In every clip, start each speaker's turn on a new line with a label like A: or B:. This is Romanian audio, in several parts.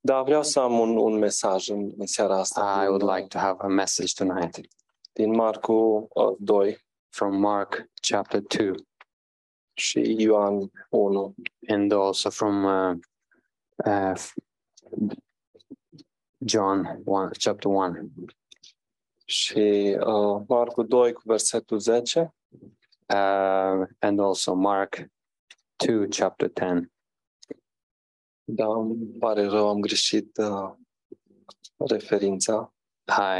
A: Dar Da, vreau să am un, un mesaj în, în seara asta
B: I
A: din,
B: would like to have a message tonight
A: din Marcu uh, 2
B: from Mark chapter 2
A: și Ioan 1.
B: and also from uh, uh, John 1, chapter 1.
A: Și uh, Marcu 2 cu versetul 10
B: uh, and also Mark 2, chapter 10.
A: Da, îmi pare rău, am greșit uh, referința.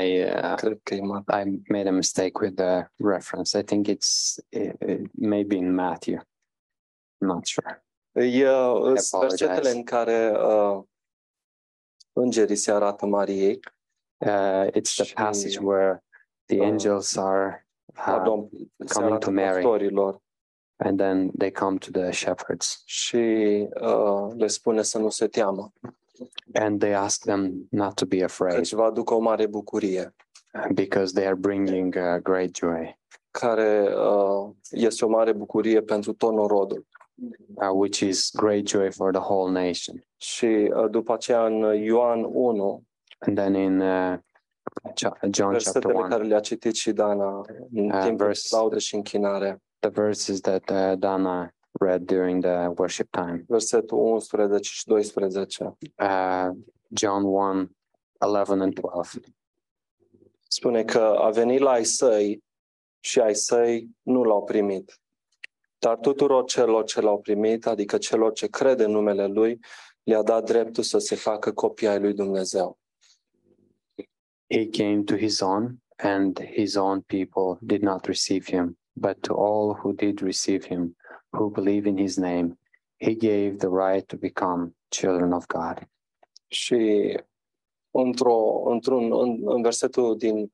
B: I uh,
A: Cred că e Marcu.
B: I made a mistake with the reference. I think it's it, it maybe in Matthew. Not sure.
A: E, uh,
B: Apologize.
A: sunt versetele în care uh, îngerii se arată Mariei,
B: Ah, Uh, it's the passage
A: She-
B: where the
A: uh,
B: angels are, uh,
A: pardon, se
B: coming
A: arată
B: to Mary.
A: păstorilor
B: and then they come to the shepherds
A: și uh, le spune să nu se teamă.
B: and they ask them not to be afraid
A: Căci Deci vă aduc o mare bucurie,
B: because they are bringing uh, great joy,
A: care uh, este o mare bucurie pentru tot norodul.
B: uh, which is great joy for the whole nation.
A: Și uh, după aceea în Ioan 1,
B: And then in uh, cha- John chapter
A: versetele
B: 1,
A: care le-a citit și Dana în
B: Ah,
A: timpul de
B: verse-
A: laudă și închinare,
B: the verses that uh, Dana read during the worship time.
A: versetul 11 și 12,
B: Uh, John 1 11 and 12.
A: spune că a venit la ai săi și ai săi nu l-au primit. Dar tuturor celor ce l-au primit, adică celor ce cred în numele Lui, le-a dat dreptul să se facă copii ai Lui Dumnezeu.
B: He came to his own, and his own people did not receive him. But to all who did receive him, who believe in his name, he gave the right to become children of God.
A: Și într-o, într-un, în, în versetul din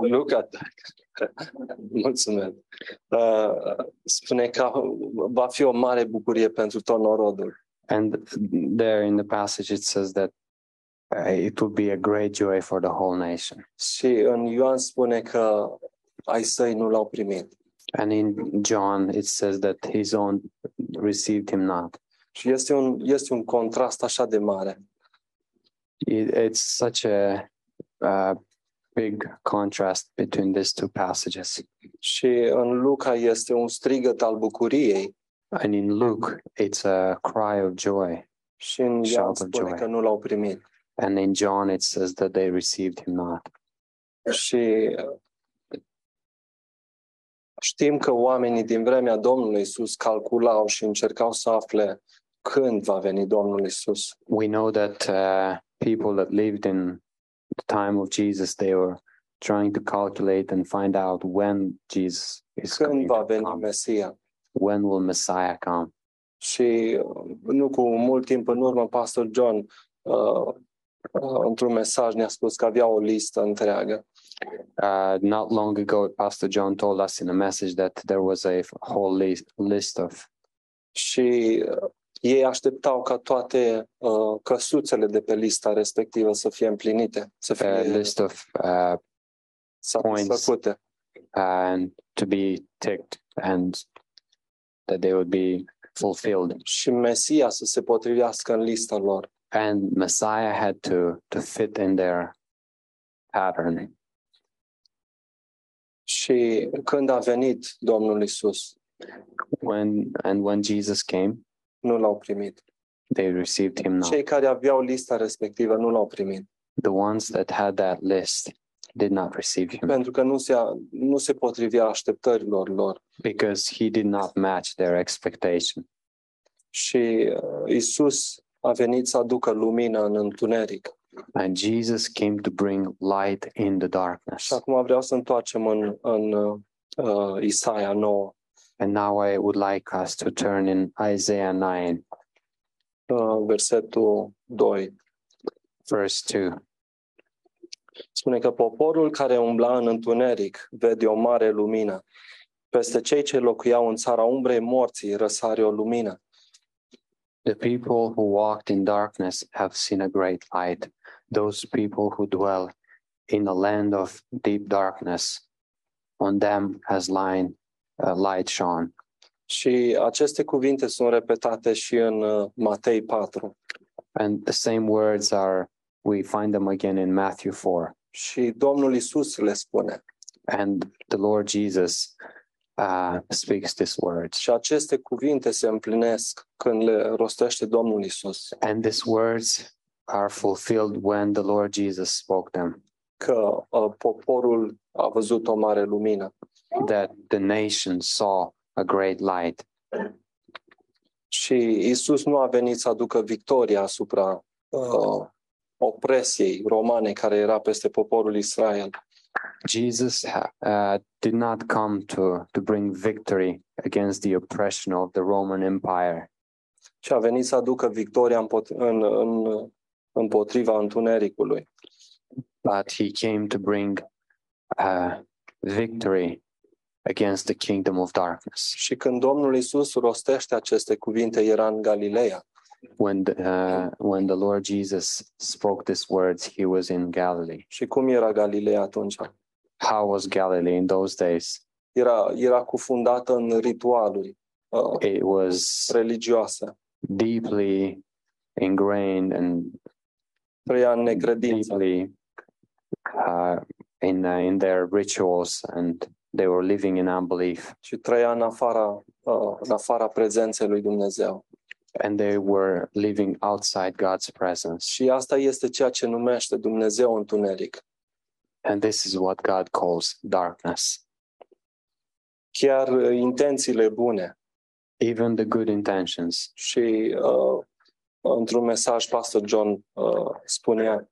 A: Luca, mulțumesc, Uh, spune că va fi o mare bucurie pentru tot norodul.
B: And there in the passage, it says that uh, it will be a great joy for the whole nation.
A: Și în Ioan spune că ai săi nu l-au primit.
B: And in John, it says that his own received him not.
A: Și este un, este un contrast așa de mare.
B: It, it's such a, uh big contrast between these two passages.
A: Și în Luca este un strigăt al bucuriei
B: And in Luke, it's a cry of joy.
A: și în Ioan
B: Shout of
A: spune
B: joy.
A: că nu l-au primit.
B: And in John, it says that they received him not.
A: Și uh, știm că oamenii din vremea Domnului Isus calculau și încercau să afle când va veni Domnul Isus.
B: We know that uh, people that lived in the time of Jesus, they were trying to calculate and find out when Jesus is
A: Când
B: going
A: va
B: to
A: veni
B: come.
A: Mesia?
B: When will Messiah come?
A: Și uh, nu cu mult timp în urmă, pastor John, uh, uh, într-un mesaj ne-a spus că avea o listă întreagă
B: uh, not long ago, Pastor John told us in a message that there was a f- whole list, list of,
A: și uh, ei așteptau ca toate uh, căsuțele de pe lista respectivă să fie împlinite, să
B: uh,
A: fie
B: list of uh, points
A: satisfăcute.
B: and to be ticked and that they would be fulfilled.
A: și Mesia să se potrivească în lista lor.
B: And Messiah had to, to fit in their pattern.
A: Și când a venit Domnul Isus,
B: When and when Jesus came,
A: nu l-au primit.
B: they received him not.
A: Cei care aveau lista respectivă nu l-au primit,
B: The ones that had that list did not receive him
A: pentru că nu se, nu se potrivea așteptărilor lor.
B: because he did not match their expectation.
A: Și uh, Isus a venit să aducă lumină în întuneric.
B: And Jesus came to bring light in the darkness.
A: Și acum vreau să întoarcem în, în uh, uh, Isaia 9.
B: And now I would like us to turn in Isaiah 9,
A: uh, Versetul 2.
B: verse 2.
A: Spune că poporul care umbla în întuneric vede o mare lumină. Peste cei ce locuiau în țara umbrei morții răsare o lumină.
B: The people who walked in darkness have seen a great light. Those people who dwell in a land of deep darkness, on them has line, uh, light shone.
A: Și aceste cuvinte sunt repetate și în uh, Matei 4.
B: And the same words are, we find them again in Matthew 4.
A: Și Domnul Isus le spune.
B: And the Lord Jesus uh, speaks these words.
A: Și aceste cuvinte se împlinesc când le rostește Domnul Isus.
B: And these words are fulfilled when the Lord Jesus spoke them,
A: Că uh, poporul a văzut o mare lumină.
B: that the nation saw a great light.
A: Și Isus nu a venit să aducă victoria asupra uh, opresiei romane care era peste poporul Israel,
B: Jesus uh, did not come to, to bring victory against the oppression of the Roman Empire.
A: ci a venit să aducă victoria împot- în, în, împotriva întunericului.
B: but he came to bring uh, victory against the kingdom of darkness.
A: Și când Domnul Isus rostește aceste cuvinte, era în Galileea.
B: When the, uh, when the Lord Jesus spoke these words, he was in Galilee.
A: Și cum era Galileea atunci?
B: How was Galilee in those days?
A: Era, era cufundată în ritualuri uh,
B: It was
A: religioase.
B: deeply ingrained and
A: Trăia în necredință.
B: deeply uh, in uh, in their rituals, and they were living in unbelief,
A: Și trăia în afara, uh, în afara prezenței lui Dumnezeu.
B: and they were living outside God's presence.
A: Și asta este ceea ce numește Dumnezeu întuneric.
B: And this is what God calls darkness.
A: Chiar uh, intențiile bune.
B: even the good intentions.
A: Și uh, într-un mesaj, Pastor John uh, spunea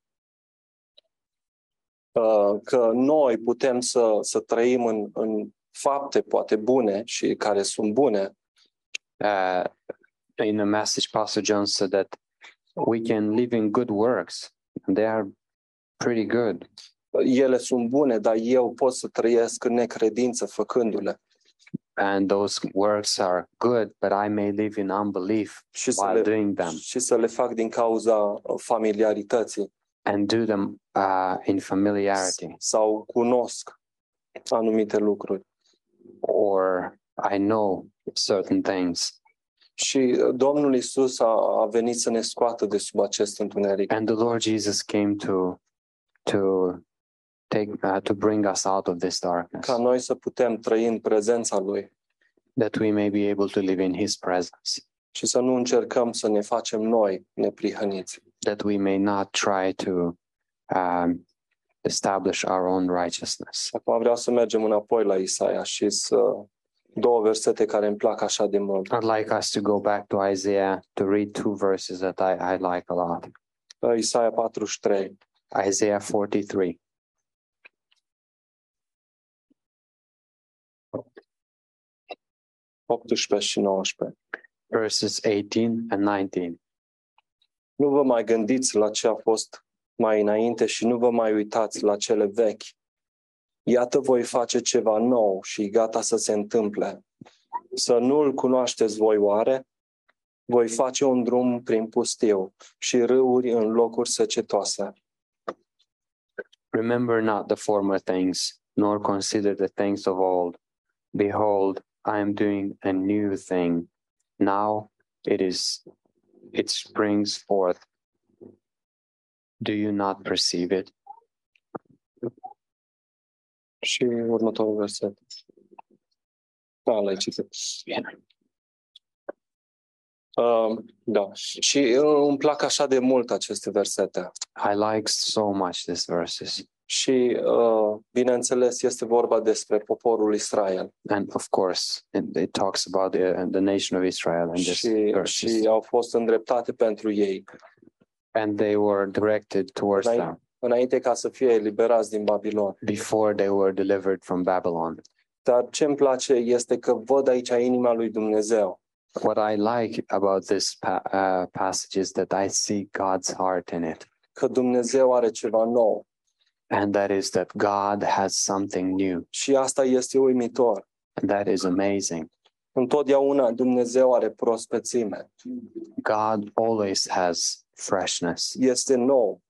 A: uh, că noi putem să, să trăim în, în fapte poate bune și care sunt bune,
B: Uh, in the message, Pastor John said that we can live in good works, and they are pretty good,
A: ele sunt bune, dar eu pot să trăiesc în necredință făcându-le
B: and those works are good, but I may live in unbelief
A: și să,
B: while
A: le,
B: doing them
A: și să le fac din cauza uh, familiarității
B: and do them uh, in familiarity,
A: sau cunosc anumite lucruri.
B: or I know certain things.
A: Și uh, Domnul Isus a, a venit să ne scoată de sub acest întuneric.
B: And the Lord Jesus came to to take uh, to bring us out of this darkness,
A: ca noi să putem trăi în prezența Lui
B: that we may be able to live in His presence.
A: și să nu încercăm să ne facem noi neprihăniți.
B: that we may not try to um, establish our own righteousness.
A: Acum vreau să mergem înapoi la Isaia și să două versete care îmi plac așa de mult.
B: I'd like us to go back to Isaiah to read two verses that I, I like a lot
A: Uh, Isaia 43.
B: Isaiah 43.
A: uh, 18 și 19.
B: Verses 18 and 19.
A: Nu vă mai gândiți la ce a fost mai înainte și nu vă mai uitați la cele vechi. Iată voi face ceva nou și e gata să se întâmple. Să nu-l cunoașteți voi oare? Voi face un drum prin pustiu și râuri în locuri secetoase.
B: Remember not the former things, nor consider the things of old. Behold, I am doing a new thing. Now it is, it springs forth. Do you not perceive it?
A: Și următorul verset. Da, l-ai citit.
B: Bine.
A: Uh, da. Și uh, îmi plac așa de mult aceste versete.
B: I like so much these verses.
A: Și, uh, bineînțeles, este vorba despre poporul Israel.
B: And of course, it, it talks about the, the nation of Israel and this
A: Și,
B: verses.
A: și au fost îndreptate pentru ei,
B: And they were directed towards
A: Right.
B: them
A: înainte ca să fie eliberați din Babilon.
B: before they were delivered from Babylon.
A: Dar ce îmi place este că văd aici inima lui Dumnezeu.
B: What I like about this pa- uh, passage is that I see God's heart in it.
A: Că Dumnezeu are ceva nou.
B: And that is that God has something new.
A: Și asta este uimitor.
B: And that is amazing.
A: Întotdeauna Dumnezeu are prospețime.
B: God always has freshness.
A: Este nou.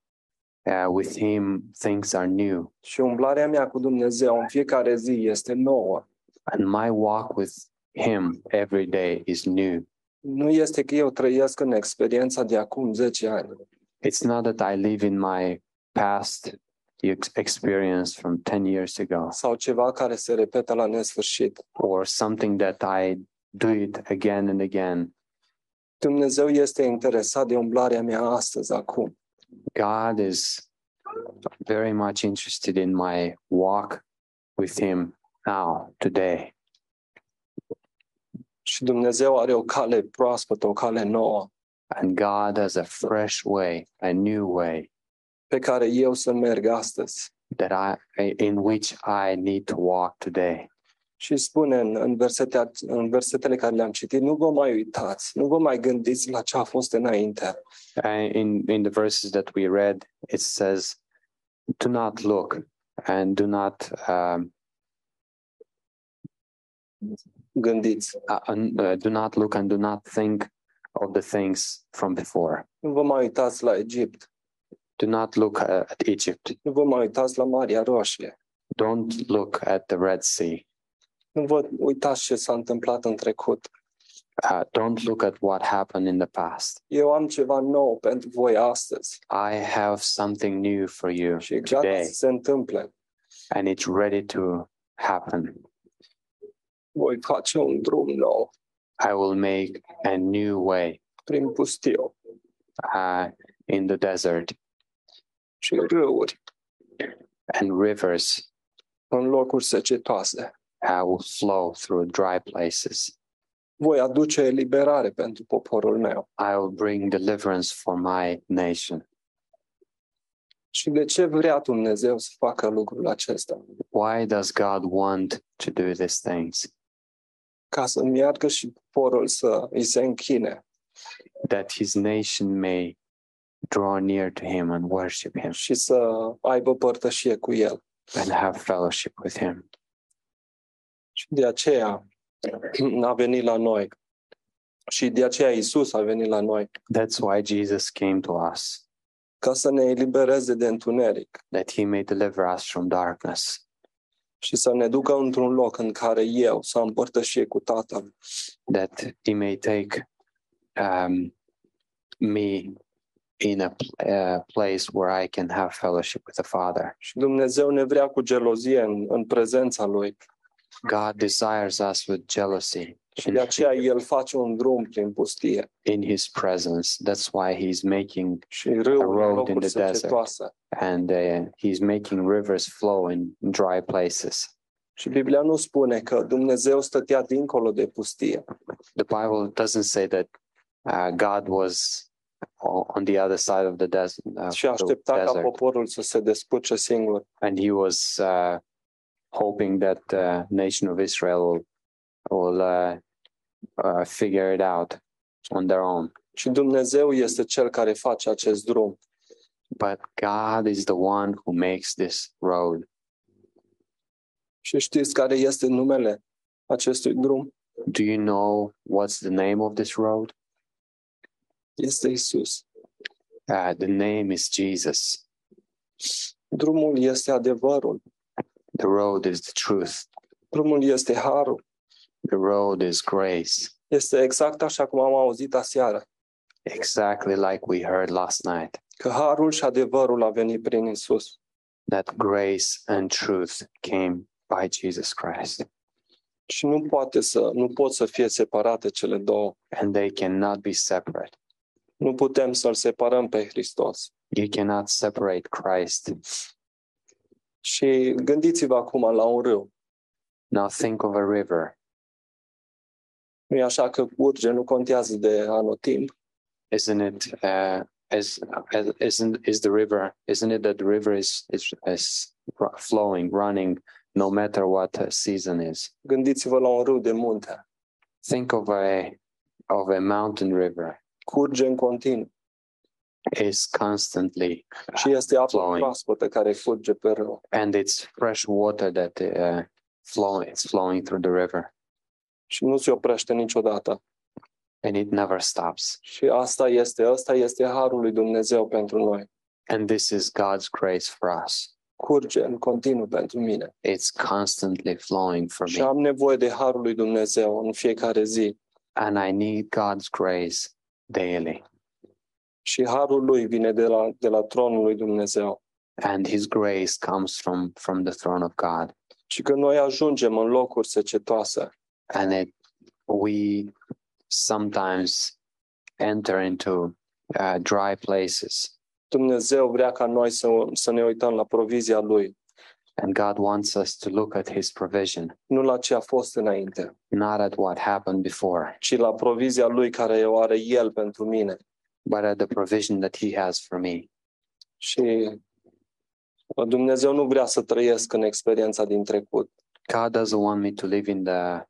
B: Uh, with Him, things are new.
A: Și umblarea mea cu Dumnezeu în fiecare zi este nouă.
B: And my walk with him every day is new.
A: Nu este că eu trăiesc în experiența de acum 10 ani.
B: It's not that I live in my past ex- experience from 10 years ago
A: sau ceva care se repetă la nesfârșit.
B: or something that I do it again and again.
A: Dumnezeu este interesat de umblarea mea astăzi, acum.
B: God is very much interested in my walk with him now, today.
A: Și Dumnezeu are o cale proaspătă, o cale nouă,
B: And God has a fresh way, a new way
A: pe care eu să merg astăzi.
B: that I in which I need to walk today.
A: Și spune în, în, versete, în versetele care le-am citit, nu vă mai uitați, nu vă mai gândiți la ce a fost înainte,
B: And in in the verses that we read, it says, "Do not look and do not um,
A: gândiți.
B: uh, un- uh, do not look and do not think of the things from before.
A: Nu vă mai uitați la Egipt,
B: Do not look uh, at Egypt.
A: nu vă mai uitați la Marea Roșie,
B: Don't look at the Red Sea.
A: nu vă uitați ce s-a întâmplat în trecut.
B: Uh, don't look at what happened in the past.
A: Eu am ceva nou pentru voi astăzi
B: I have something new for you
A: și e gata
B: today,
A: să se întâmple.
B: and it's ready to happen.
A: Voi face un drum nou
B: I will make a new way
A: prin pustiu
B: uh, in the desert
A: și râuri
B: and rivers
A: în locuri secetoase.
B: uh, will flow through dry places.
A: Voi aduce eliberare pentru poporul meu.
B: I will bring deliverance for my nation.
A: Și de ce vrea Dumnezeu să facă lucrul acesta?
B: Why does God want to do these things?
A: Ca să meargă și poporul să îi se închine
B: That his nation may draw near to him and worship him
A: și să aibă părtășie cu el.
B: and have fellowship with him.
A: Și de aceea a venit la noi. Și de aceea Isus a venit la noi
B: That's why Jesus came to us,
A: ca să ne elibereze de întuneric
B: that he may deliver us from darkness
A: și să ne ducă într-un loc în care eu să am părtășie cu Tatăl.
B: that he may take um, me in a pl- uh, place where I can have fellowship with the Father.
A: Și Dumnezeu ne vrea cu gelozie în, în prezența Lui.
B: God desires us with jealousy
A: Și de
B: in,
A: aceea El face un drum prin pustie
B: in His presence. That's why He's making
A: și râuri în
B: road in
A: locuri
B: the desert.
A: secetoase.
B: and uh, He's making rivers flow in dry places.
A: Și Biblia nu spune că Dumnezeu stătea dincolo de pustie.
B: The Bible doesn't say that uh, God was o- on the other side of the des- uh,
A: și
B: the
A: aștepta ca
B: desert,
A: poporul să se descurce singur.
B: and He was uh, hoping that the nation of Israel will, will uh, uh, figure it out on their own.
A: Și Dumnezeu este cel care face acest drum.
B: But God is the one who makes this road.
A: Și știți care este numele acestui drum?
B: Do you know what's the name of this road?
A: Este Isus.
B: Uh, the name is Jesus.
A: Drumul este adevărul.
B: The road is the truth.
A: Drumul este harul.
B: The road is grace.
A: Este exact așa cum am auzit aseară,
B: Exactly like we heard last night,
A: că harul și adevărul a venit prin Isus.
B: that grace and truth came by Jesus Christ,
A: Și nu poate să nu pot să fie separate cele două.
B: and they cannot be separate.
A: Nu putem să-l separăm pe Hristos.
B: You cannot separate Christ.
A: Și gândiți-vă acum la un râu.
B: Now think of a river.
A: Nu e așa că urge, nu contează de anotimp.
B: Isn't it? Uh, is, is- isn't is the river? Isn't it that the river is is, is ru- flowing, running, no matter what uh, season is?
A: Gândiți-vă la un râu de munte.
B: think of a of a mountain river
A: Curge în continuu
B: is constantly
A: și este apă
B: Flowing.
A: proaspătă care curge pe râu.
B: and it's fresh water that uh, flow it's flowing through the river
A: Și nu se oprește niciodată.
B: and it never stops
A: Și asta este, asta este harul lui Dumnezeu pentru noi.
B: and this is god's grace for us
A: curge în continuu pentru mine.
B: It's constantly flowing from
A: Și
B: me.
A: am nevoie de harul lui Dumnezeu în fiecare zi.
B: And I need God's grace daily.
A: Și harul lui vine de la, de la tronul lui Dumnezeu.
B: And His grace comes from, from the throne of God.
A: Și când noi ajungem în locuri secetoase,
B: And it, we sometimes enter into uh, dry places.
A: Dumnezeu vrea ca noi să, să ne uităm la provizia lui,
B: And God wants us to look at His provision,
A: nu la ce a fost înainte,
B: not at what happened before,
A: ci la provizia lui care o are el pentru mine.
B: but at the provision that He has for me.
A: Și Dumnezeu nu vrea să trăiesc în experiența din trecut,
B: God doesn't want me to live in the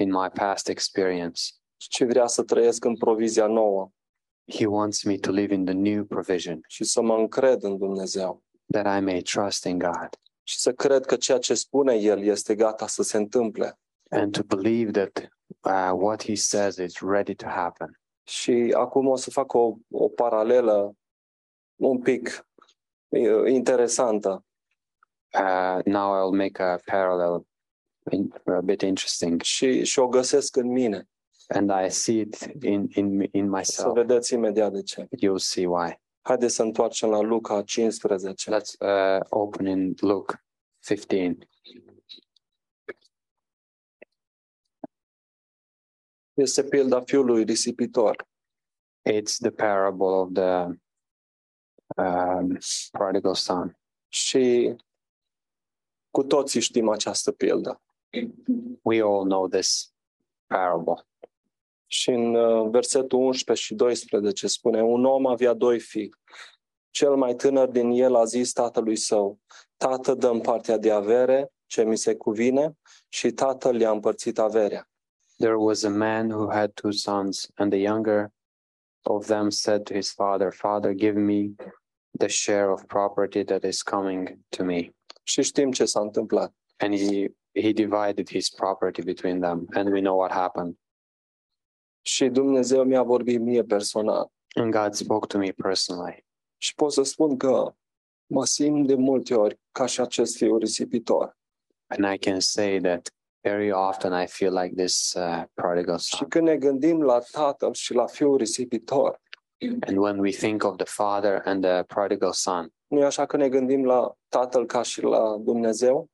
B: in my past experience.
A: ci vrea să trăiesc în provizia nouă
B: He wants me to live in the new provision
A: și să mă încred în Dumnezeu
B: that I may trust in God
A: și să cred că ceea ce spune El este gata să se întâmple.
B: and to believe that uh, what He says is ready to happen.
A: Și acum o să fac o, o paralelă un pic e, interesantă.
B: Uh, now I'll make a parallel, in, a bit interesting,
A: și, și o găsesc în mine.
B: and I see it in in in
A: Să
B: myself.
A: vedeți imediat de ce.
B: You'll see why.
A: Haideți să întoarcem la Luca 15.
B: Let's uh, open in Luke 15.
A: Este pilda fiului risipitor.
B: It's the parable of the um, prodigal son.
A: Și cu toții știm această pildă.
B: we all know this parable.
A: Și în uh, versetul 11 și 12 spune, un om avea doi fii. Cel mai tânăr din el a zis tatălui său, tată dă partea de avere, ce mi se cuvine, și tatăl i-a împărțit averea.
B: There was a man who had two sons, and the younger of them said to his father, Father, give me the share of property that is coming to me.
A: Și știm ce s-a întâmplat.
B: And he, he divided his property between them, and we know what happened.
A: Și Dumnezeu mi-a vorbit mie personal.
B: And God spoke to me personally.
A: Și pot să spun că mă simt de multe ori ca și acest fiu risipitor.
B: And I can say that very often I feel like this uh, prodigal
A: Și
B: son.
A: când ne gândim la tatăl și la fiul risipitor,
B: And when we think of the father and the prodigal son,
A: nu e așa că ne gândim la tatăl ca și la Dumnezeu?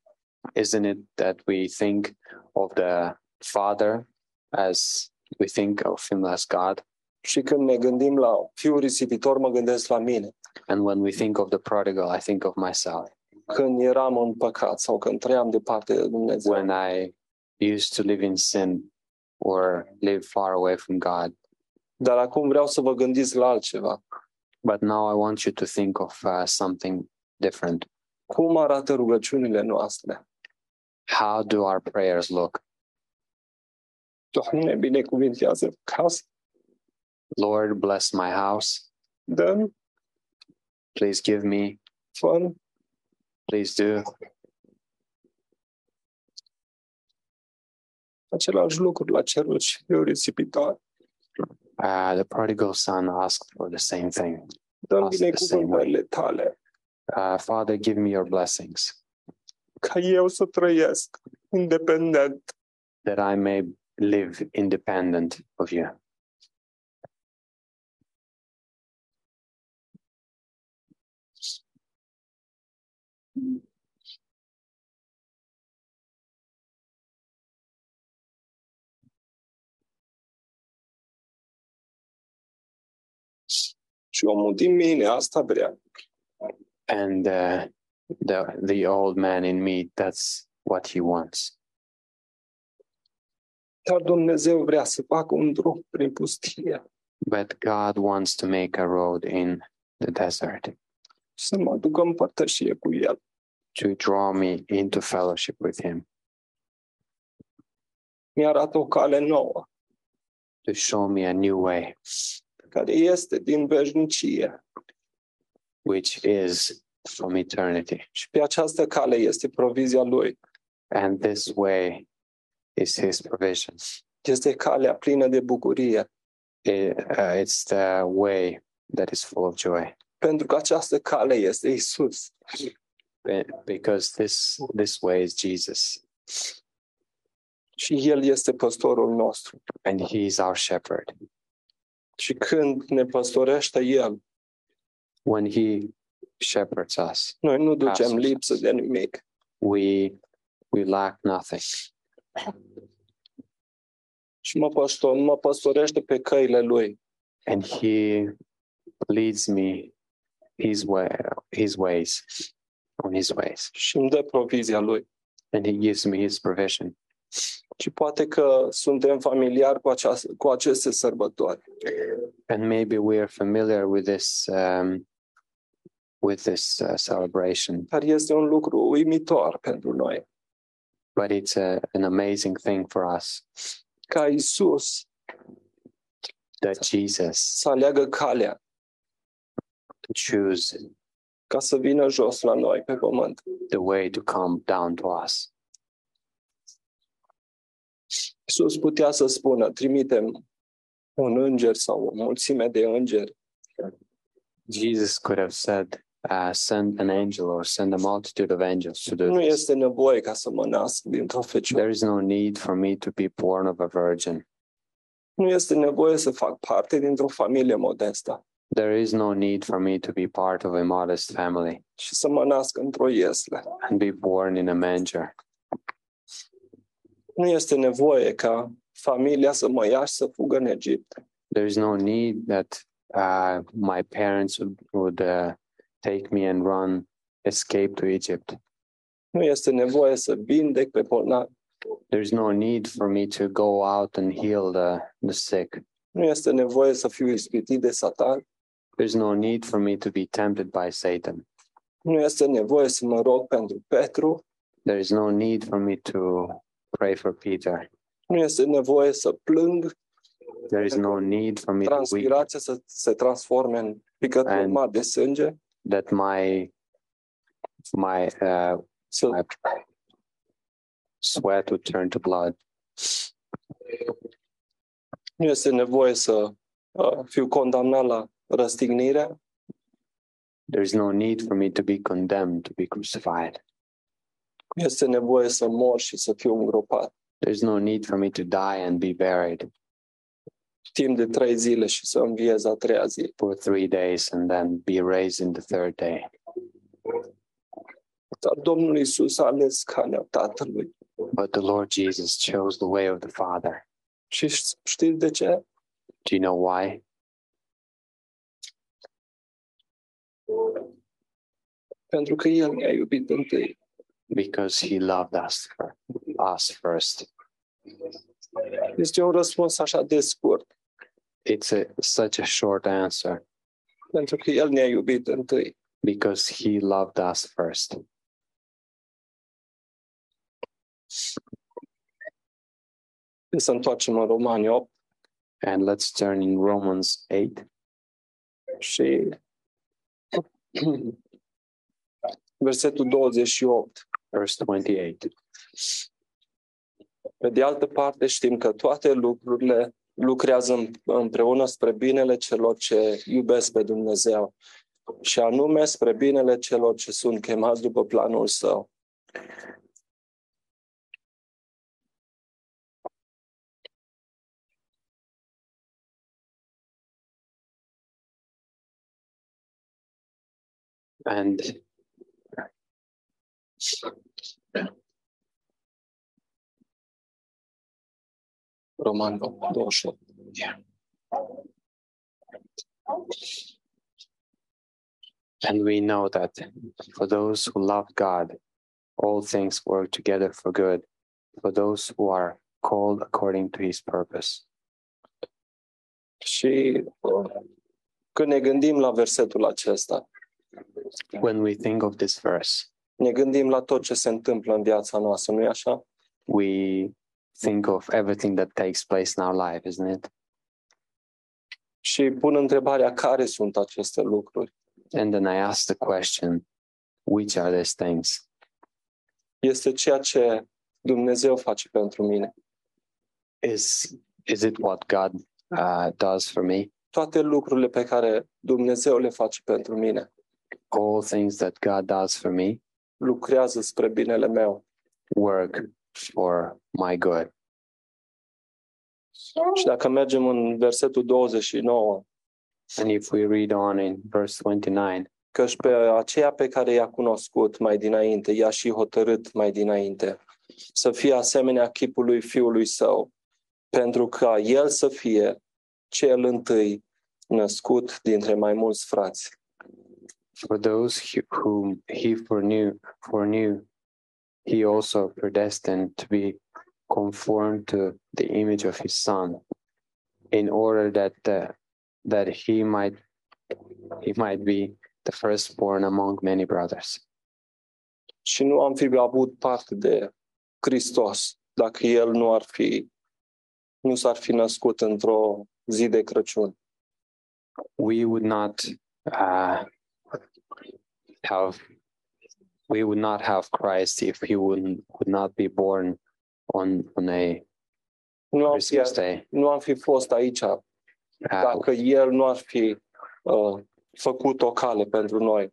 B: isn't it that we think of the Father as we think of Him as God?
A: Și când ne gândim la fiul risipitor, mă gândesc la mine,
B: And when we think of the prodigal, I think of myself.
A: când eram în păcat sau când trăiam departe de Dumnezeu.
B: When I used to live in sin or live far away from God.
A: Dar acum vreau să vă gândiți la altceva.
B: But now I want you to think of uh, something different.
A: Cum arată rugăciunile noastre?
B: How do our prayers look?
A: Doamne, binecuvintează casa,
B: Lord, bless my house.
A: dă-mi,
B: Please give me.
A: fă
B: Please do.
A: același lucru la cerul și eu risipitor.
B: Uh, the prodigal son asked for the same thing.
A: Dă-mi
B: Asta este
A: binecuvântările tale,
B: Uh, Father, give me your blessings.
A: ca eu să trăiesc independent.
B: that I may live independent of you.
A: Și omul din mine asta vrea.
B: And uh, the the old man in me, that's what he wants.
A: Dar Dumnezeu vrea să facă un drum prin pustie
B: But God wants to make a road in the desert
A: și să mă ducă în părtășie cu el.
B: to draw me into fellowship with him,
A: Mi-arată o cale nouă,
B: to show me a new way,
A: care este din veșnicie.
B: which is from eternity.
A: Și pe această cale este provizia lui.
B: And this way is his provisions.
A: Este calea plină de bucurie,
B: It, uh, it's the way that is full of joy
A: pentru că această cale este Isus.
B: be- because this this way is Jesus
A: și El este păstorul nostru.
B: and he is our shepherd.
A: Și când ne păstorește El,
B: When he shepherds us,
A: noi nu ducem
B: Absolut.
A: lipsă de nimic.
B: we we lack nothing.
A: Și mă, păstor, mă păstorește pe căile Lui.
B: And he leads me his way his ways on his ways.
A: și îmi dă provizia Lui.
B: And he gives me his provision.
A: Și poate că suntem familiari cu, această, cu aceste sărbători.
B: And maybe we are familiar with this um, with this uh, celebration,
A: Dar este un lucru uimitor pentru noi.
B: but it's a, an amazing thing for us
A: Ca Isus
B: that Jesus
A: să aleagă calea
B: choose
A: ca să vină jos la noi pe pământ.
B: the way to come down to us.
A: Isus putea să spună, trimitem un înger sau o mulțime de îngeri,
B: Jesus could have said, uh, "Send an angel or send a multitude of angels to do
A: Nu
B: this."
A: este nevoie ca să mă nasc dintr-o fecioară.
B: There is no need for me to be born of a virgin.
A: Nu este nevoie să fac parte dintr-o familie modestă
B: There is no need for me to be part of a modest family
A: și să mă nasc într-o iesle.
B: and be born in a manger.
A: Nu este nevoie ca familia să mă ia și să fugă în Egipt.
B: There is no need that uh, my parents would, would uh, take me and run, escape to Egypt.
A: Nu este nevoie să vindec pe bolnavi.
B: There is no need for me to go out and heal the, the sick.
A: Nu este nevoie să fiu ispitit de satan.
B: There's no need for me to be tempted by Satan.
A: Nu este nevoie să mă rog pentru Petru.
B: There is no need for me to pray for Peter.
A: Nu este nevoie să plâng.
B: There is no need for me to weep
A: Transpirația să se transforme în picături
B: And-
A: mari de sânge.
B: that my my uh,
A: Să
B: my sweat would turn to blood.
A: nu este nevoie să uh, fiu condamnat la răstignire,
B: There is no need for me to be condemned to be crucified.
A: nu este nevoie să mor și să fiu îngropat
B: There is no need for me to die and be buried
A: timp de trei zile și să înviez a treia zi.
B: for three days and then be raised in the third day.
A: Dar Domnul Isus a ales calea Tatălui.
B: But the Lord Jesus chose the way of the Father.
A: Și știți de ce?
B: Do you know why?
A: Pentru că El ne-a iubit întâi.
B: Because He loved us, fir- us first.
A: Este un răspuns așa de scurt.
B: It's a, such a short answer.
A: Pentru că El ne-a iubit întâi.
B: Because He loved us first.
A: Când Să întoarcem în Romani 8
B: And let's turn in Romans 8.
A: și versetul 28.
B: verse 28.
A: Pe de altă parte, știm că toate lucrurile lucrează în- împreună spre binele celor ce iubesc pe Dumnezeu și anume spre binele celor ce sunt chemați după planul său.
B: And
A: Roman 8, 28.
B: and we know that for those who love God, all things work together for good, for those who are called according to his purpose.
A: Și uh, când ne gândim la versetul acesta,
B: When we think of this verse,
A: ne gândim la tot ce se întâmplă în viața noastră, nu-i așa?
B: we think of everything that takes place in our life, isn't it?
A: Și pun întrebarea care sunt aceste lucruri.
B: And then I ask the question, which are these things?
A: Este ceea ce Dumnezeu face pentru mine.
B: Is is it what God uh, does for me?
A: Toate lucrurile pe care Dumnezeu le face pentru mine.
B: All things that God does for me
A: lucrează spre binele meu.
B: work for my good.
A: Și dacă mergem în versetul 29,
B: And if we read on in verse 29,
A: căci pe aceea pe care i-a cunoscut mai dinainte, i-a și hotărât mai dinainte, să fie asemenea chipului fiului său, pentru ca el să fie cel întâi născut dintre mai mulți frați.
B: for those hu- whom he foreknew, foreknew, he also predestined to be conformed to the image of his son, in order that the, that he might he might be the firstborn among many brothers.
A: Și nu am fi avut parte de Hristos dacă el nu ar fi nu s-ar fi născut într-o zi de Crăciun.
B: We would not uh, have we would not have Christ if he would would not be born on on a
A: Nu am fi,
B: Christmas day.
A: nu am fi fost aici
B: Uh,
A: dacă el nu ar fi uh, făcut o cale pentru noi.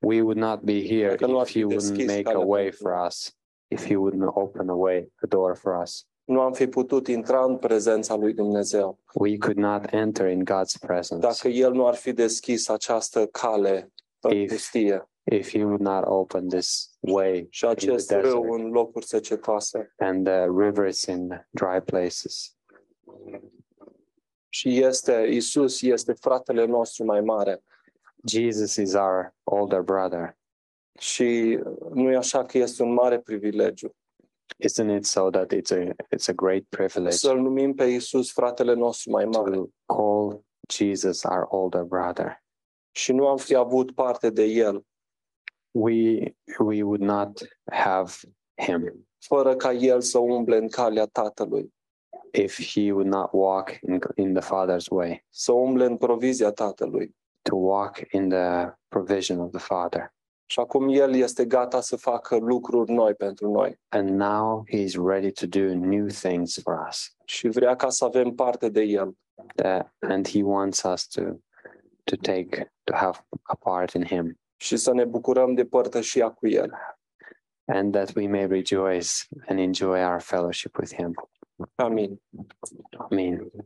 B: we would not be here
A: Dacă nu ar
B: if
A: fi
B: he wouldn't
A: deschis
B: make a
A: calea
B: way
A: pentru
B: for us, if he wouldn't open a way, a door for us.
A: Nu am fi putut intra în prezența lui Dumnezeu
B: We could not enter in God's presence
A: dacă el nu ar fi deschis această cale în
B: If-
A: pustie
B: if he would not open this way
A: și acest
B: desert.
A: râu în locuri secetoase.
B: and the rivers in dry places.
A: Și este, Isus este fratele nostru mai mare.
B: Jesus is our older brother.
A: Și nu e așa că este un mare privilegiu.
B: Isn't it so that it's a it's a great privilege
A: Să-L numim pe Iisus fratele nostru mai mare.
B: to call Jesus our older brother?
A: Și nu am fi avut parte de El
B: We we would not have him
A: fără ca El să umble în calea Tatălui,
B: if he would not walk in in the Father's way.
A: să umble în provizia Tatălui.
B: to walk in the provision of the Father.
A: Și acum El este gata să facă lucruri noi pentru noi
B: And now He is ready to do new things for us.
A: și vrea ca să avem parte de El.
B: That, and He wants us to to take to have a part in Him,
A: și să ne bucurăm de părtășia cu El.
B: and that we may rejoice and enjoy our fellowship with Him.
A: Amin.
B: Amen.